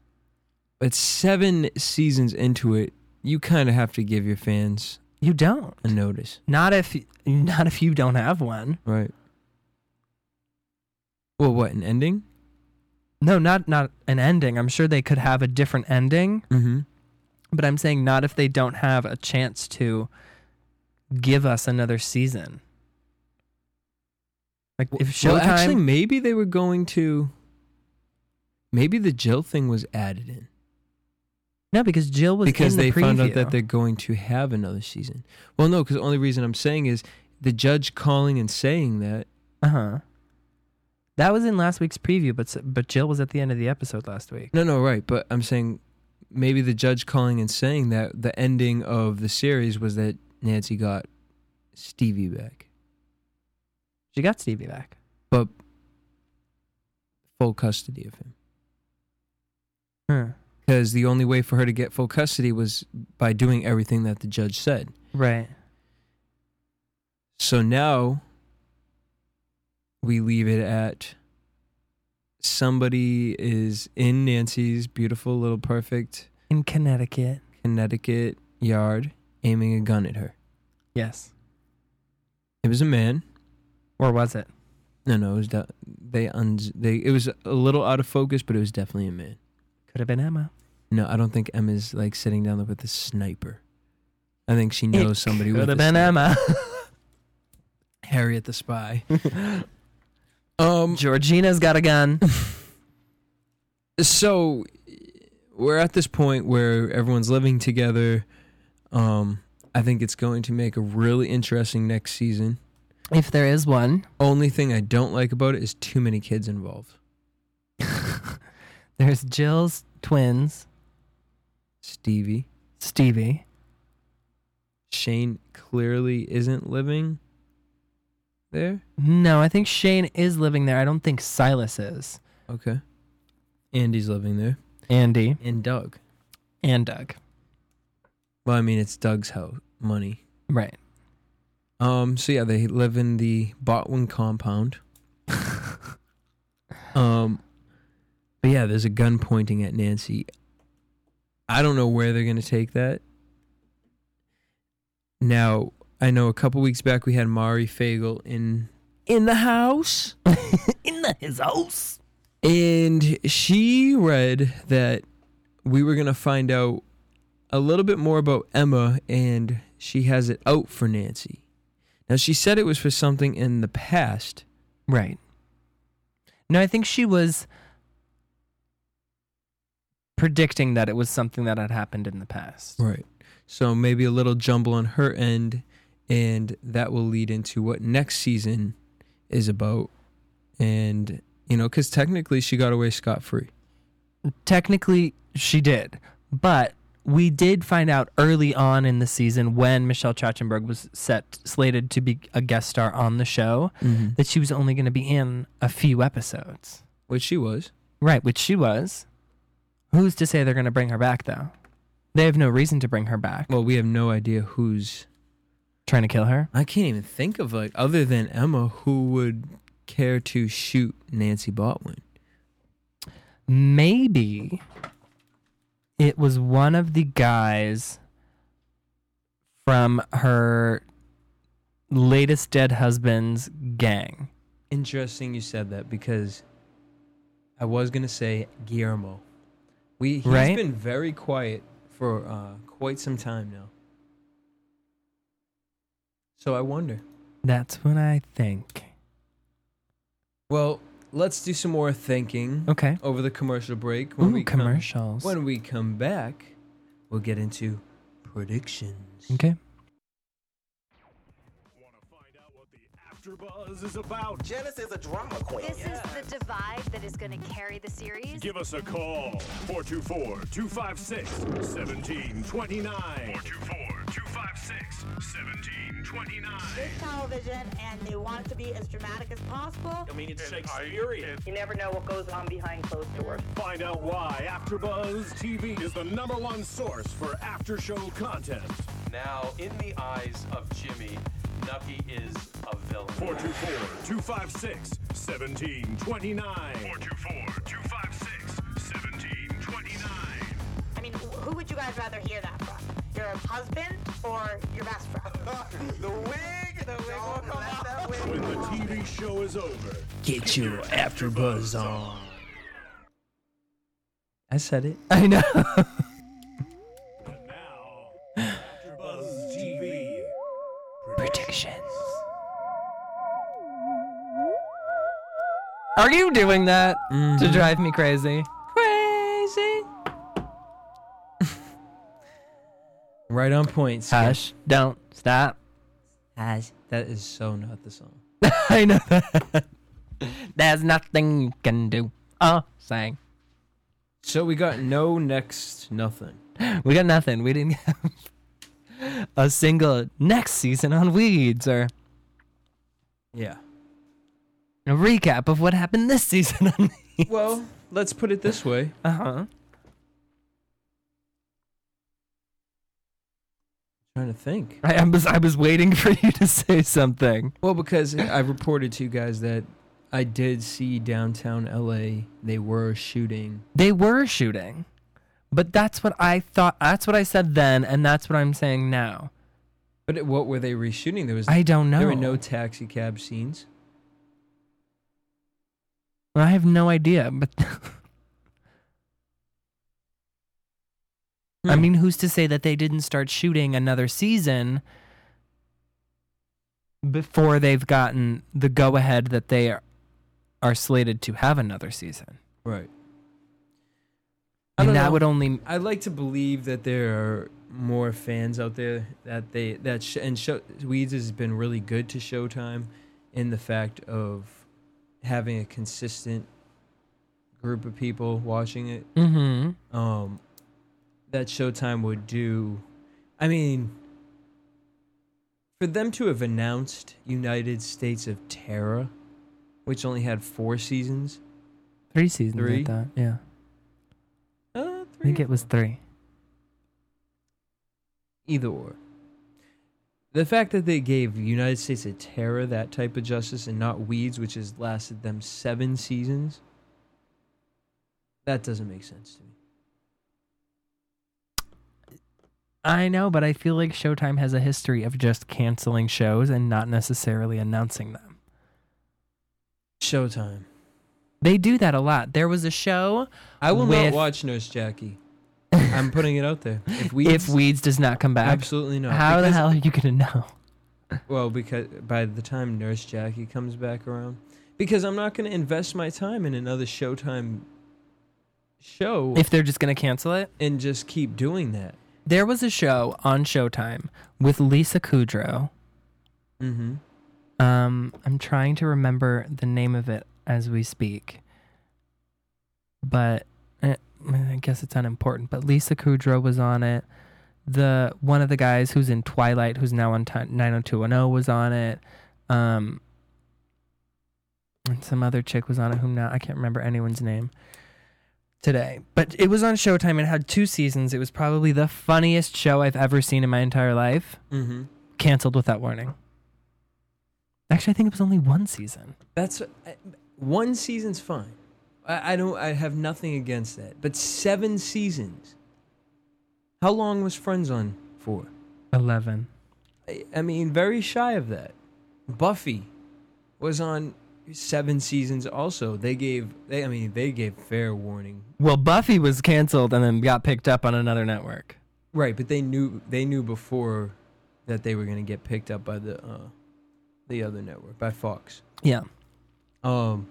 Speaker 2: But seven seasons into it, you kind of have to give your fans
Speaker 3: You don't.
Speaker 2: a notice.
Speaker 3: Not if not if you don't have one.
Speaker 2: Right. Well, what, an ending?
Speaker 3: No, not not an ending. I'm sure they could have a different ending,
Speaker 2: Mm hmm.
Speaker 3: but I'm saying not if they don't have a chance to give us another season. Like if Showtime
Speaker 2: Well, actually, maybe they were going to. Maybe the Jill thing was added in.
Speaker 3: No, because Jill was
Speaker 2: because
Speaker 3: in the
Speaker 2: they found out
Speaker 3: preview.
Speaker 2: that they're going to have another season. Well, no, because the only reason I'm saying is the judge calling and saying that.
Speaker 3: Uh-huh. That was in last week's preview, but s- but Jill was at the end of the episode last week.
Speaker 2: No, no, right. But I'm saying maybe the judge calling and saying that the ending of the series was that Nancy got Stevie back,
Speaker 3: She got Stevie back.
Speaker 2: but full custody of him.
Speaker 3: Huh.
Speaker 2: because the only way for her to get full custody was by doing everything that the judge said.
Speaker 3: Right.
Speaker 2: So now we leave it at somebody is in Nancy's beautiful little perfect
Speaker 3: In Connecticut.
Speaker 2: Connecticut yard aiming a gun at her.
Speaker 3: Yes.
Speaker 2: It was a man.
Speaker 3: Or was it?
Speaker 2: No, no, it was de- they un- they it was a little out of focus, but it was definitely a man.
Speaker 3: Could have been Emma.
Speaker 2: No, I don't think Emma's like sitting down there with a sniper. I think she knows somebody
Speaker 3: Could
Speaker 2: with a
Speaker 3: have been
Speaker 2: sniper.
Speaker 3: Emma.
Speaker 2: Harriet the spy. um
Speaker 3: Georgina's got a gun.
Speaker 2: so we're at this point where everyone's living together. Um, I think it's going to make a really interesting next season.
Speaker 3: if there is one,
Speaker 2: Only thing I don't like about it is too many kids involved.
Speaker 3: there's Jill's twins,
Speaker 2: Stevie,
Speaker 3: Stevie.
Speaker 2: Shane clearly isn't living there.
Speaker 3: No, I think Shane is living there. I don't think Silas is.
Speaker 2: Okay. Andy's living there,
Speaker 3: Andy
Speaker 2: and Doug.
Speaker 3: and Doug.
Speaker 2: Well, I mean, it's Doug's house money.
Speaker 3: Right.
Speaker 2: Um. So yeah, they live in the Botwin compound. um. But yeah, there's a gun pointing at Nancy. I don't know where they're gonna take that. Now I know a couple weeks back we had Mari Fagel in in the house,
Speaker 3: In the, his house.
Speaker 2: and she read that we were gonna find out a little bit more about Emma, and she has it out for Nancy. Now she said it was for something in the past.
Speaker 3: Right. No, I think she was predicting that it was something that had happened in the past.
Speaker 2: Right. So maybe a little jumble on her end, and that will lead into what next season is about. And, you know, because technically she got away scot free.
Speaker 3: Technically, she did. But we did find out early on in the season when Michelle Trachtenberg was set slated to be a guest star on the show
Speaker 2: Mm-hmm.
Speaker 3: that she was only going to be in a few episodes.
Speaker 2: Which she was.
Speaker 3: Right, which she was. Who's to say they're going to bring her back though? They have no reason to bring her back.
Speaker 2: Well, we have no idea who's.
Speaker 3: Trying to kill her?
Speaker 2: I can't even think of, like, other than Emma, who would care to shoot Nancy Botwin.
Speaker 3: maybe it was one of the guys from her latest dead husband's gang.
Speaker 2: Interesting you said that because I was gonna say Guillermo. We he's
Speaker 3: Right?
Speaker 2: been very quiet for uh, quite some time now. So I wonder.
Speaker 3: That's what I think.
Speaker 2: Well, let's do some more thinking
Speaker 3: Okay.
Speaker 2: over the commercial break.
Speaker 3: Ooh,
Speaker 2: come-
Speaker 3: commercials.
Speaker 2: when we come back, we'll get into predictions.
Speaker 3: okay.
Speaker 5: Want to find out what the AfterBuzz is about?
Speaker 4: Janice is a drama queen.
Speaker 6: This is the divide that is going to carry the series.
Speaker 5: Give us a call 424 256 1729. 424 256 1729.
Speaker 7: It's television, and they want it to be as dramatic as possible.
Speaker 4: I mean, it's
Speaker 5: Shakespearean.
Speaker 8: You never know what goes on behind closed doors.
Speaker 5: Find out why AfterBuzz TV is the number one source for after-show content.
Speaker 4: Now, in the eyes of Jimmy, Nucky is a villain.
Speaker 5: 424-256-1729. 424-256-1729.
Speaker 7: I mean, wh- who would you guys rather hear that from? Your husband or your best friend?
Speaker 4: the wig! The wig will come off.
Speaker 5: When the TV show is over,
Speaker 2: Get your after buzz on. I said it.
Speaker 3: I know.
Speaker 5: now, AfterBuzz TV.
Speaker 3: Predictions. Are you doing that to drive me crazy? Mm-hmm. Crazy.
Speaker 2: Right on point. Skip.
Speaker 3: Hush. Don't stop.
Speaker 2: That is so not the song.
Speaker 3: I know that. There's nothing you can do. Oh, sang.
Speaker 2: So we got no next nothing.
Speaker 3: We got nothing. We didn't have a single next season on Weeds or
Speaker 2: Yeah.
Speaker 3: a recap of what happened this season on Weeds.
Speaker 2: Well, let's put it this way.
Speaker 3: Uh huh.
Speaker 2: trying to think.
Speaker 3: I, I was I was waiting for you to say something.
Speaker 2: Well, because I reported to you guys that I did see downtown LA they were shooting.
Speaker 3: They were shooting, but that's what I thought. That's what I said then, and that's what I'm saying now.
Speaker 2: But it- what were they reshooting? There was
Speaker 3: I don't know.
Speaker 2: there were no taxi cab scenes.
Speaker 3: I have no idea, but I
Speaker 2: Hmm.
Speaker 3: mean, who's to say that they didn't start shooting another season before they've gotten the go ahead that they are, are slated to have another season?
Speaker 2: Right. I
Speaker 3: And
Speaker 2: don't
Speaker 3: that
Speaker 2: know.
Speaker 3: would only
Speaker 2: I like to believe that there are more fans out there that they that sh- and show, Weeds has been really good to Showtime in the fact of having a consistent group of people watching it.
Speaker 3: hmm
Speaker 2: Um, that Showtime would do. I mean, for them to have announced United States of Terror, which only had four seasons.
Speaker 3: three seasons.
Speaker 2: Three?
Speaker 3: I thought. Yeah,
Speaker 2: Uh,
Speaker 3: I think it was three.
Speaker 2: either or. The fact that they gave United States of Terror that type of justice and not Weeds, which has lasted them seven seasons, that doesn't make sense to me.
Speaker 3: I know, but I feel like Showtime has a history of just canceling shows and not necessarily announcing them.
Speaker 2: Showtime.
Speaker 3: They do that a lot. There was a show
Speaker 2: I will
Speaker 3: With-
Speaker 2: not watch Nurse Jackie. I'm putting it out there. If Weeds,
Speaker 3: if Weeds does not come back.
Speaker 2: absolutely not.
Speaker 3: How the
Speaker 2: Because-
Speaker 3: hell are you gonna know?
Speaker 2: Well, because by the time Nurse Jackie comes back around, because I'm not going to invest my time in another Showtime show
Speaker 3: If they're just gonna cancel it?
Speaker 2: and just keep doing that.
Speaker 3: There was a show on Showtime with Lisa Kudrow.
Speaker 2: Mm-hmm.
Speaker 3: Um, I'm trying to remember the name of it as we speak, but eh, I guess it's unimportant. But Lisa Kudrow was on it. The one of the guys who's in Twilight, who's now on ti- 90210, was on it. Um, and some other chick was on it, whom now I can't remember anyone's name today. But it was on Showtime and had two seasons. It was probably the funniest show I've ever seen in my entire life.
Speaker 2: Mm-hmm.
Speaker 3: Canceled without warning. Actually, I think it was only one season.
Speaker 2: That's I- one season's fine. I, I don't. I have nothing against that. But seven seasons. How long was Friends on for?
Speaker 3: 11.
Speaker 2: I, I mean, very shy of that. Buffy was on seven seasons. Also, they gave. They. I mean, they gave fair warning.
Speaker 3: Well, Buffy was canceled and then got picked up on another network.
Speaker 2: Right, but they knew. They knew before that they were gonna get picked up by the uh, the other network by Fox.
Speaker 3: Yeah.
Speaker 2: Um,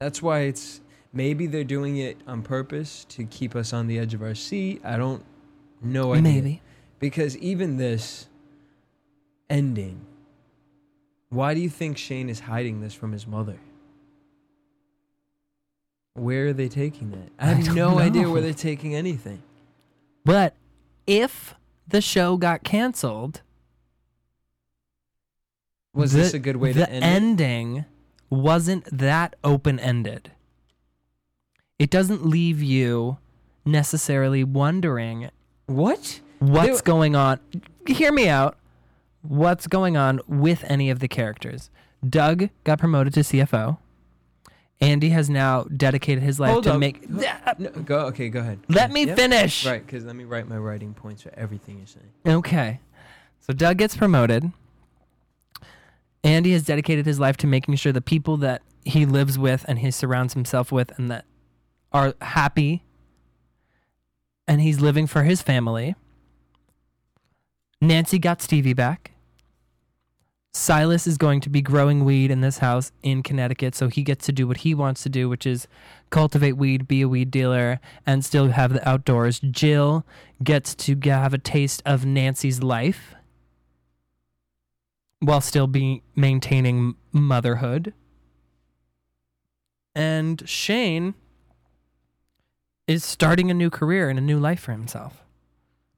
Speaker 2: that's why it's maybe they're doing it on purpose to keep us on the edge of our seat. I don't know. Idea.
Speaker 3: Maybe.
Speaker 2: because even this ending, why do you think Shane is hiding this from his mother? Where are they taking that? I
Speaker 3: I
Speaker 2: have
Speaker 3: don't
Speaker 2: no idea
Speaker 3: know.
Speaker 2: where they're taking anything.
Speaker 3: But if the show got canceled,
Speaker 2: Was
Speaker 3: the-
Speaker 2: this a good way
Speaker 3: the
Speaker 2: to end? it?
Speaker 3: ending wasn't that open ended. It doesn't leave you necessarily wondering
Speaker 2: What?
Speaker 3: what's
Speaker 2: They-
Speaker 3: going on. Hear me out. What's going on with any of the characters? Doug got promoted to CFO. Andy has now dedicated his life
Speaker 2: Hold
Speaker 3: to
Speaker 2: up.
Speaker 3: make.
Speaker 2: No, go. Okay, go ahead.
Speaker 3: Let me
Speaker 2: Yep.
Speaker 3: finish.
Speaker 2: Right, because let me write my writing points for everything you're saying.
Speaker 3: Okay. So Doug gets promoted. Andy has dedicated his life to making sure the people that he lives with and he surrounds himself with and that are happy and he's living for his family. Nancy got Stevie back. Silas is going to be growing weed in this house in Connecticut, so he gets to do what he wants to do, which is cultivate weed, be a weed dealer, and still have the outdoors. Jill gets to g- have a taste of Nancy's life while still be maintaining motherhood. And Shane is starting a new career and a new life for himself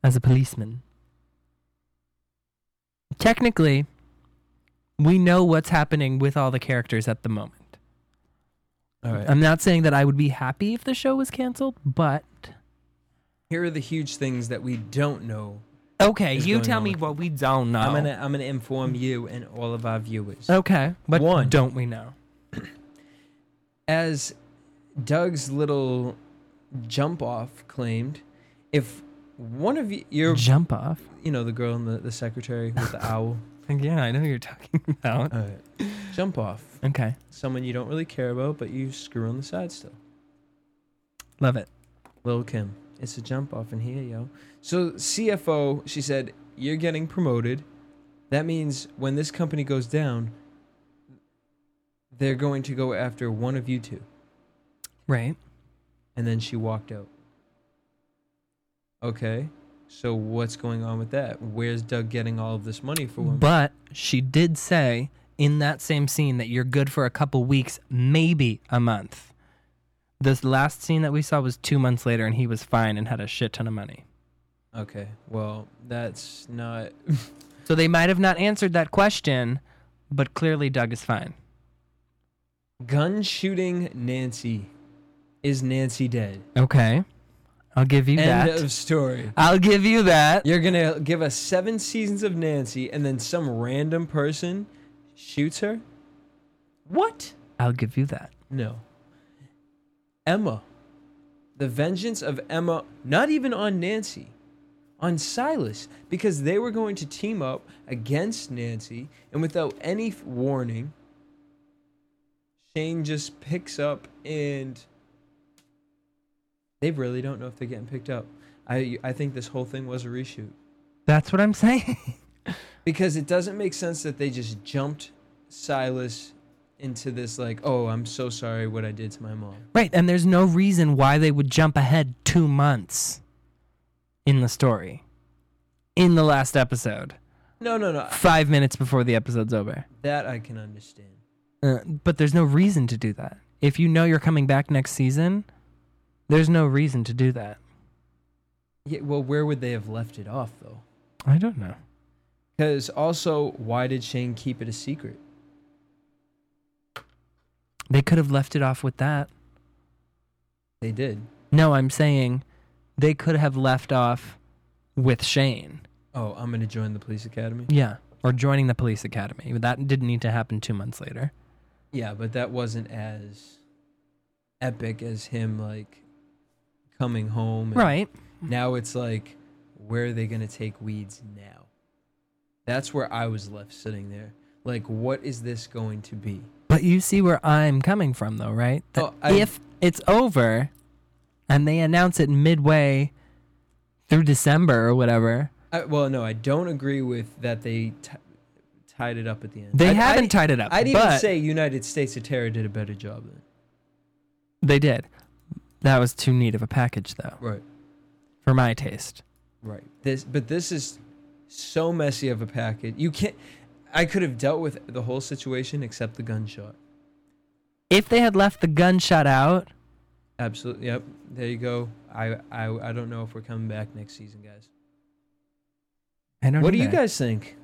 Speaker 3: as a policeman. Technically, we know what's happening with all the characters at the moment.
Speaker 2: All right.
Speaker 3: I'm not saying that I would be happy if the show was canceled, but
Speaker 2: Here are the huge things that we don't know
Speaker 3: Okay,
Speaker 2: is
Speaker 3: you
Speaker 2: going
Speaker 3: tell
Speaker 2: on
Speaker 3: me
Speaker 2: with-
Speaker 3: what we don't know.
Speaker 2: I'm gonna I'm gonna inform you and all of our viewers.
Speaker 3: okay, but
Speaker 2: One.
Speaker 3: don't we know?
Speaker 2: As Doug's little jump off claimed, if one of you, you're,
Speaker 3: Jump off.
Speaker 2: you know, the girl and the, the secretary with the owl,
Speaker 3: Yeah, I know who you're talking about.
Speaker 2: all right, jump off
Speaker 3: Okay,
Speaker 2: someone you don't really care about, but you screw on the side still.
Speaker 3: love it.
Speaker 2: Lil Kim. It's a jump off in here, yo. So CFO, she said, you're getting promoted. That means when this company goes down, they're going to go after one of you two.
Speaker 3: Right.
Speaker 2: And then she walked out. Okay. So what's going on with that? Where's Doug getting all of this money for him?
Speaker 3: But she did say in that same scene that you're good for a couple weeks, maybe a month. This last scene that we saw was two months later, and he was fine and had a shit ton of money.
Speaker 2: okay. Well, that's not
Speaker 3: So they might have not answered that question, but clearly Doug is fine.
Speaker 2: gun shooting Nancy. Is Nancy dead?
Speaker 3: Okay. I'll give you
Speaker 2: End
Speaker 3: that.
Speaker 2: of story.
Speaker 3: uh, I'll give you that.
Speaker 2: You're gonna give us seven seasons of Nancy, and then some random person shoots her. What?
Speaker 3: I'll give you that.
Speaker 2: No. Emma, the vengeance of Emma. Not even on Nancy, on Silas, because they were going to team up against Nancy, and without any f- warning, Shane just picks up and they really don't know if they're getting picked up. I I think this whole thing was a reshoot.
Speaker 3: That's what I'm saying.
Speaker 2: because it doesn't make sense that they just jumped Silas into this like, oh, I'm so sorry what I did to my mom.
Speaker 3: right. And there's no reason why they would jump ahead two months in the story, in the last episode,
Speaker 2: No, no, no.
Speaker 3: five minutes before the episode's over.
Speaker 2: That I can understand.
Speaker 3: Uh, but there's no reason to do that. If you know you're coming back next season, there's no reason to do that.
Speaker 2: Yeah, well, where would they have left it off though?
Speaker 3: I don't know.
Speaker 2: Because also, why did Shane keep it a secret?
Speaker 3: They could have left it off with that.
Speaker 2: They did.
Speaker 3: No, I'm saying they could have left off with Shane.
Speaker 2: Oh, I'm gonna join the police academy.
Speaker 3: Yeah. Or joining the police academy. But That didn't need to happen two months later.
Speaker 2: Yeah, but that wasn't as epic as him like coming home. and-
Speaker 3: Right.
Speaker 2: Now it's like, where are they going to take weeds now? That's where I was left sitting there. Like, what is this going to be?
Speaker 3: But you see where I'm coming from, though, right? That
Speaker 2: Oh, I-
Speaker 3: if it's over and they announce it midway through December or whatever,
Speaker 2: I, well, no, I don't agree with that they t- tied it up at the end.
Speaker 3: They
Speaker 2: I-
Speaker 3: haven't
Speaker 2: I'd-
Speaker 3: tied it up,
Speaker 2: I'd even
Speaker 3: but-
Speaker 2: say United States of Terror did a better job then.
Speaker 3: they did. That was too neat of a package, though,
Speaker 2: Right,
Speaker 3: for my taste.
Speaker 2: right. This, but this is so messy of a package. You can't. I could have dealt with the whole situation except the gunshot.
Speaker 3: If they had left the gunshot out,
Speaker 2: Absolutely. Yep. There you go. I, I, I don't know if we're coming back next season, guys.
Speaker 3: I don't
Speaker 2: What do
Speaker 3: know
Speaker 2: you
Speaker 3: that.
Speaker 2: guys think?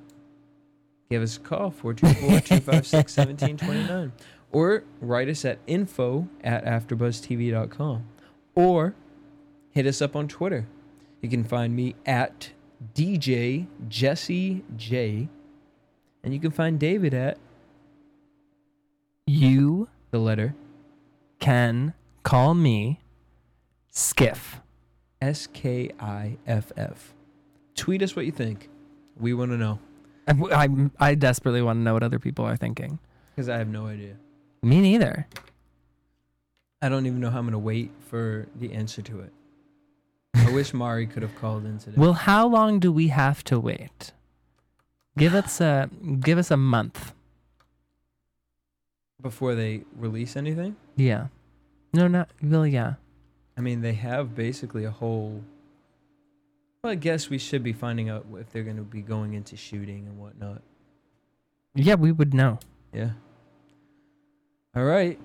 Speaker 2: Give us a call, 424-256-1729. or write us at info at afterbuzztv.com. Or hit us up on Twitter. You can find me at DJ Jesse J. And you can find David at
Speaker 3: You
Speaker 2: the letter
Speaker 3: can call me Skiff.
Speaker 2: S K I F F. Tweet us what you think. We want to know
Speaker 3: I, I, I desperately want to know what other people are thinking.
Speaker 2: because I have no idea.
Speaker 3: Me neither.
Speaker 2: I don't even know how I'm gonna wait for the answer to it. I wish Mari could have called in today.
Speaker 3: Well, how long do we have to wait? Give us a give us a month.
Speaker 2: before they release anything.
Speaker 3: Yeah. No, not well. Yeah.
Speaker 2: I mean, they have basically a whole. Well, I guess we should be finding out if they're gonna be going into shooting and whatnot.
Speaker 3: Yeah, we would know.
Speaker 2: Yeah. All right,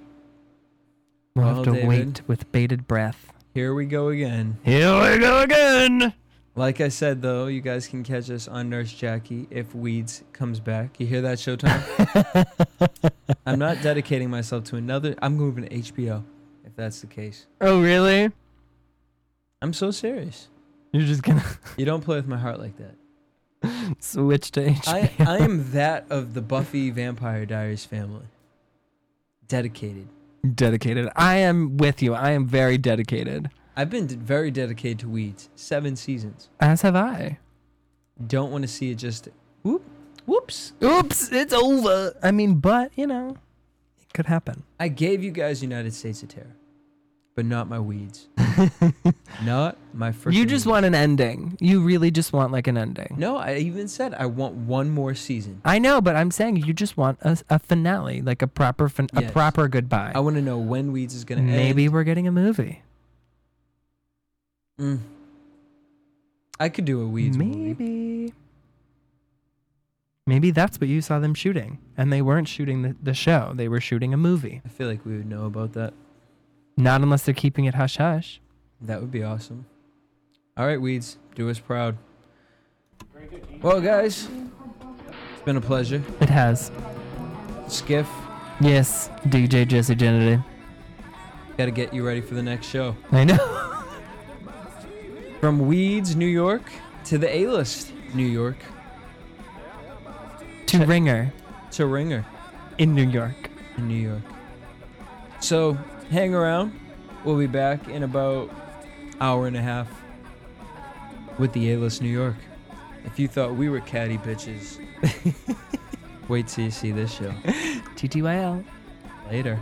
Speaker 3: We'll
Speaker 2: Well,
Speaker 3: have to
Speaker 2: David.
Speaker 3: wait with bated breath.
Speaker 2: here we go again.
Speaker 3: Here we go again.
Speaker 2: Like I said, though, you guys can catch us on Nurse Jackie if Weeds comes back. You hear that, Showtime? I'm not dedicating myself to another. I'm moving to HBO if that's the case.
Speaker 3: Oh, really?
Speaker 2: I'm so serious.
Speaker 3: You're just gonna
Speaker 2: You don't play with my heart like that.
Speaker 3: switch to HBO.
Speaker 2: I, I am that of the Buffy Vampire Diaries family. Dedicated.
Speaker 3: dedicated. I am with you. I am very dedicated.
Speaker 2: I've been d- very dedicated to weeds. Seven seasons.
Speaker 3: As have I.
Speaker 2: Don't want to see it just whoop, whoops.
Speaker 3: Oops, it's over. I mean, but you know, it could happen.
Speaker 2: I gave you guys United States of Terror, but not my weeds. not my first.
Speaker 3: you just want an ending. You really just want like an ending.
Speaker 2: No, I even said I want one more season.
Speaker 3: I know, but I'm saying you just want a, a finale, like a proper fin-
Speaker 2: Yes.
Speaker 3: a proper goodbye.
Speaker 2: I want to know when weeds is gonna
Speaker 3: Maybe
Speaker 2: end.
Speaker 3: we're getting a movie.
Speaker 2: Mm. I could do a weeds
Speaker 3: Maybe.
Speaker 2: movie.
Speaker 3: Maybe that's what you saw them shooting, and they weren't shooting the, the show. They were shooting a movie.
Speaker 2: I feel like we would know about that.
Speaker 3: Not unless they're keeping it hush hush.
Speaker 2: That would be awesome. All right, Weeds, do us proud. Well, guys, it's been a pleasure.
Speaker 3: It has.
Speaker 2: Skiff,
Speaker 3: Yes, DJ Jesse Kennedy.
Speaker 2: got to get you ready for the next show.
Speaker 3: I know.
Speaker 2: From Weeds, New York, to the A list, New York,
Speaker 3: to Ringer
Speaker 2: to Ringer
Speaker 3: in New York.
Speaker 2: in New York. So hang around. We'll be back in about hour and a half with the A list New York. If you thought we were catty bitches, wait till you see this show.
Speaker 3: TTYL.
Speaker 2: Later.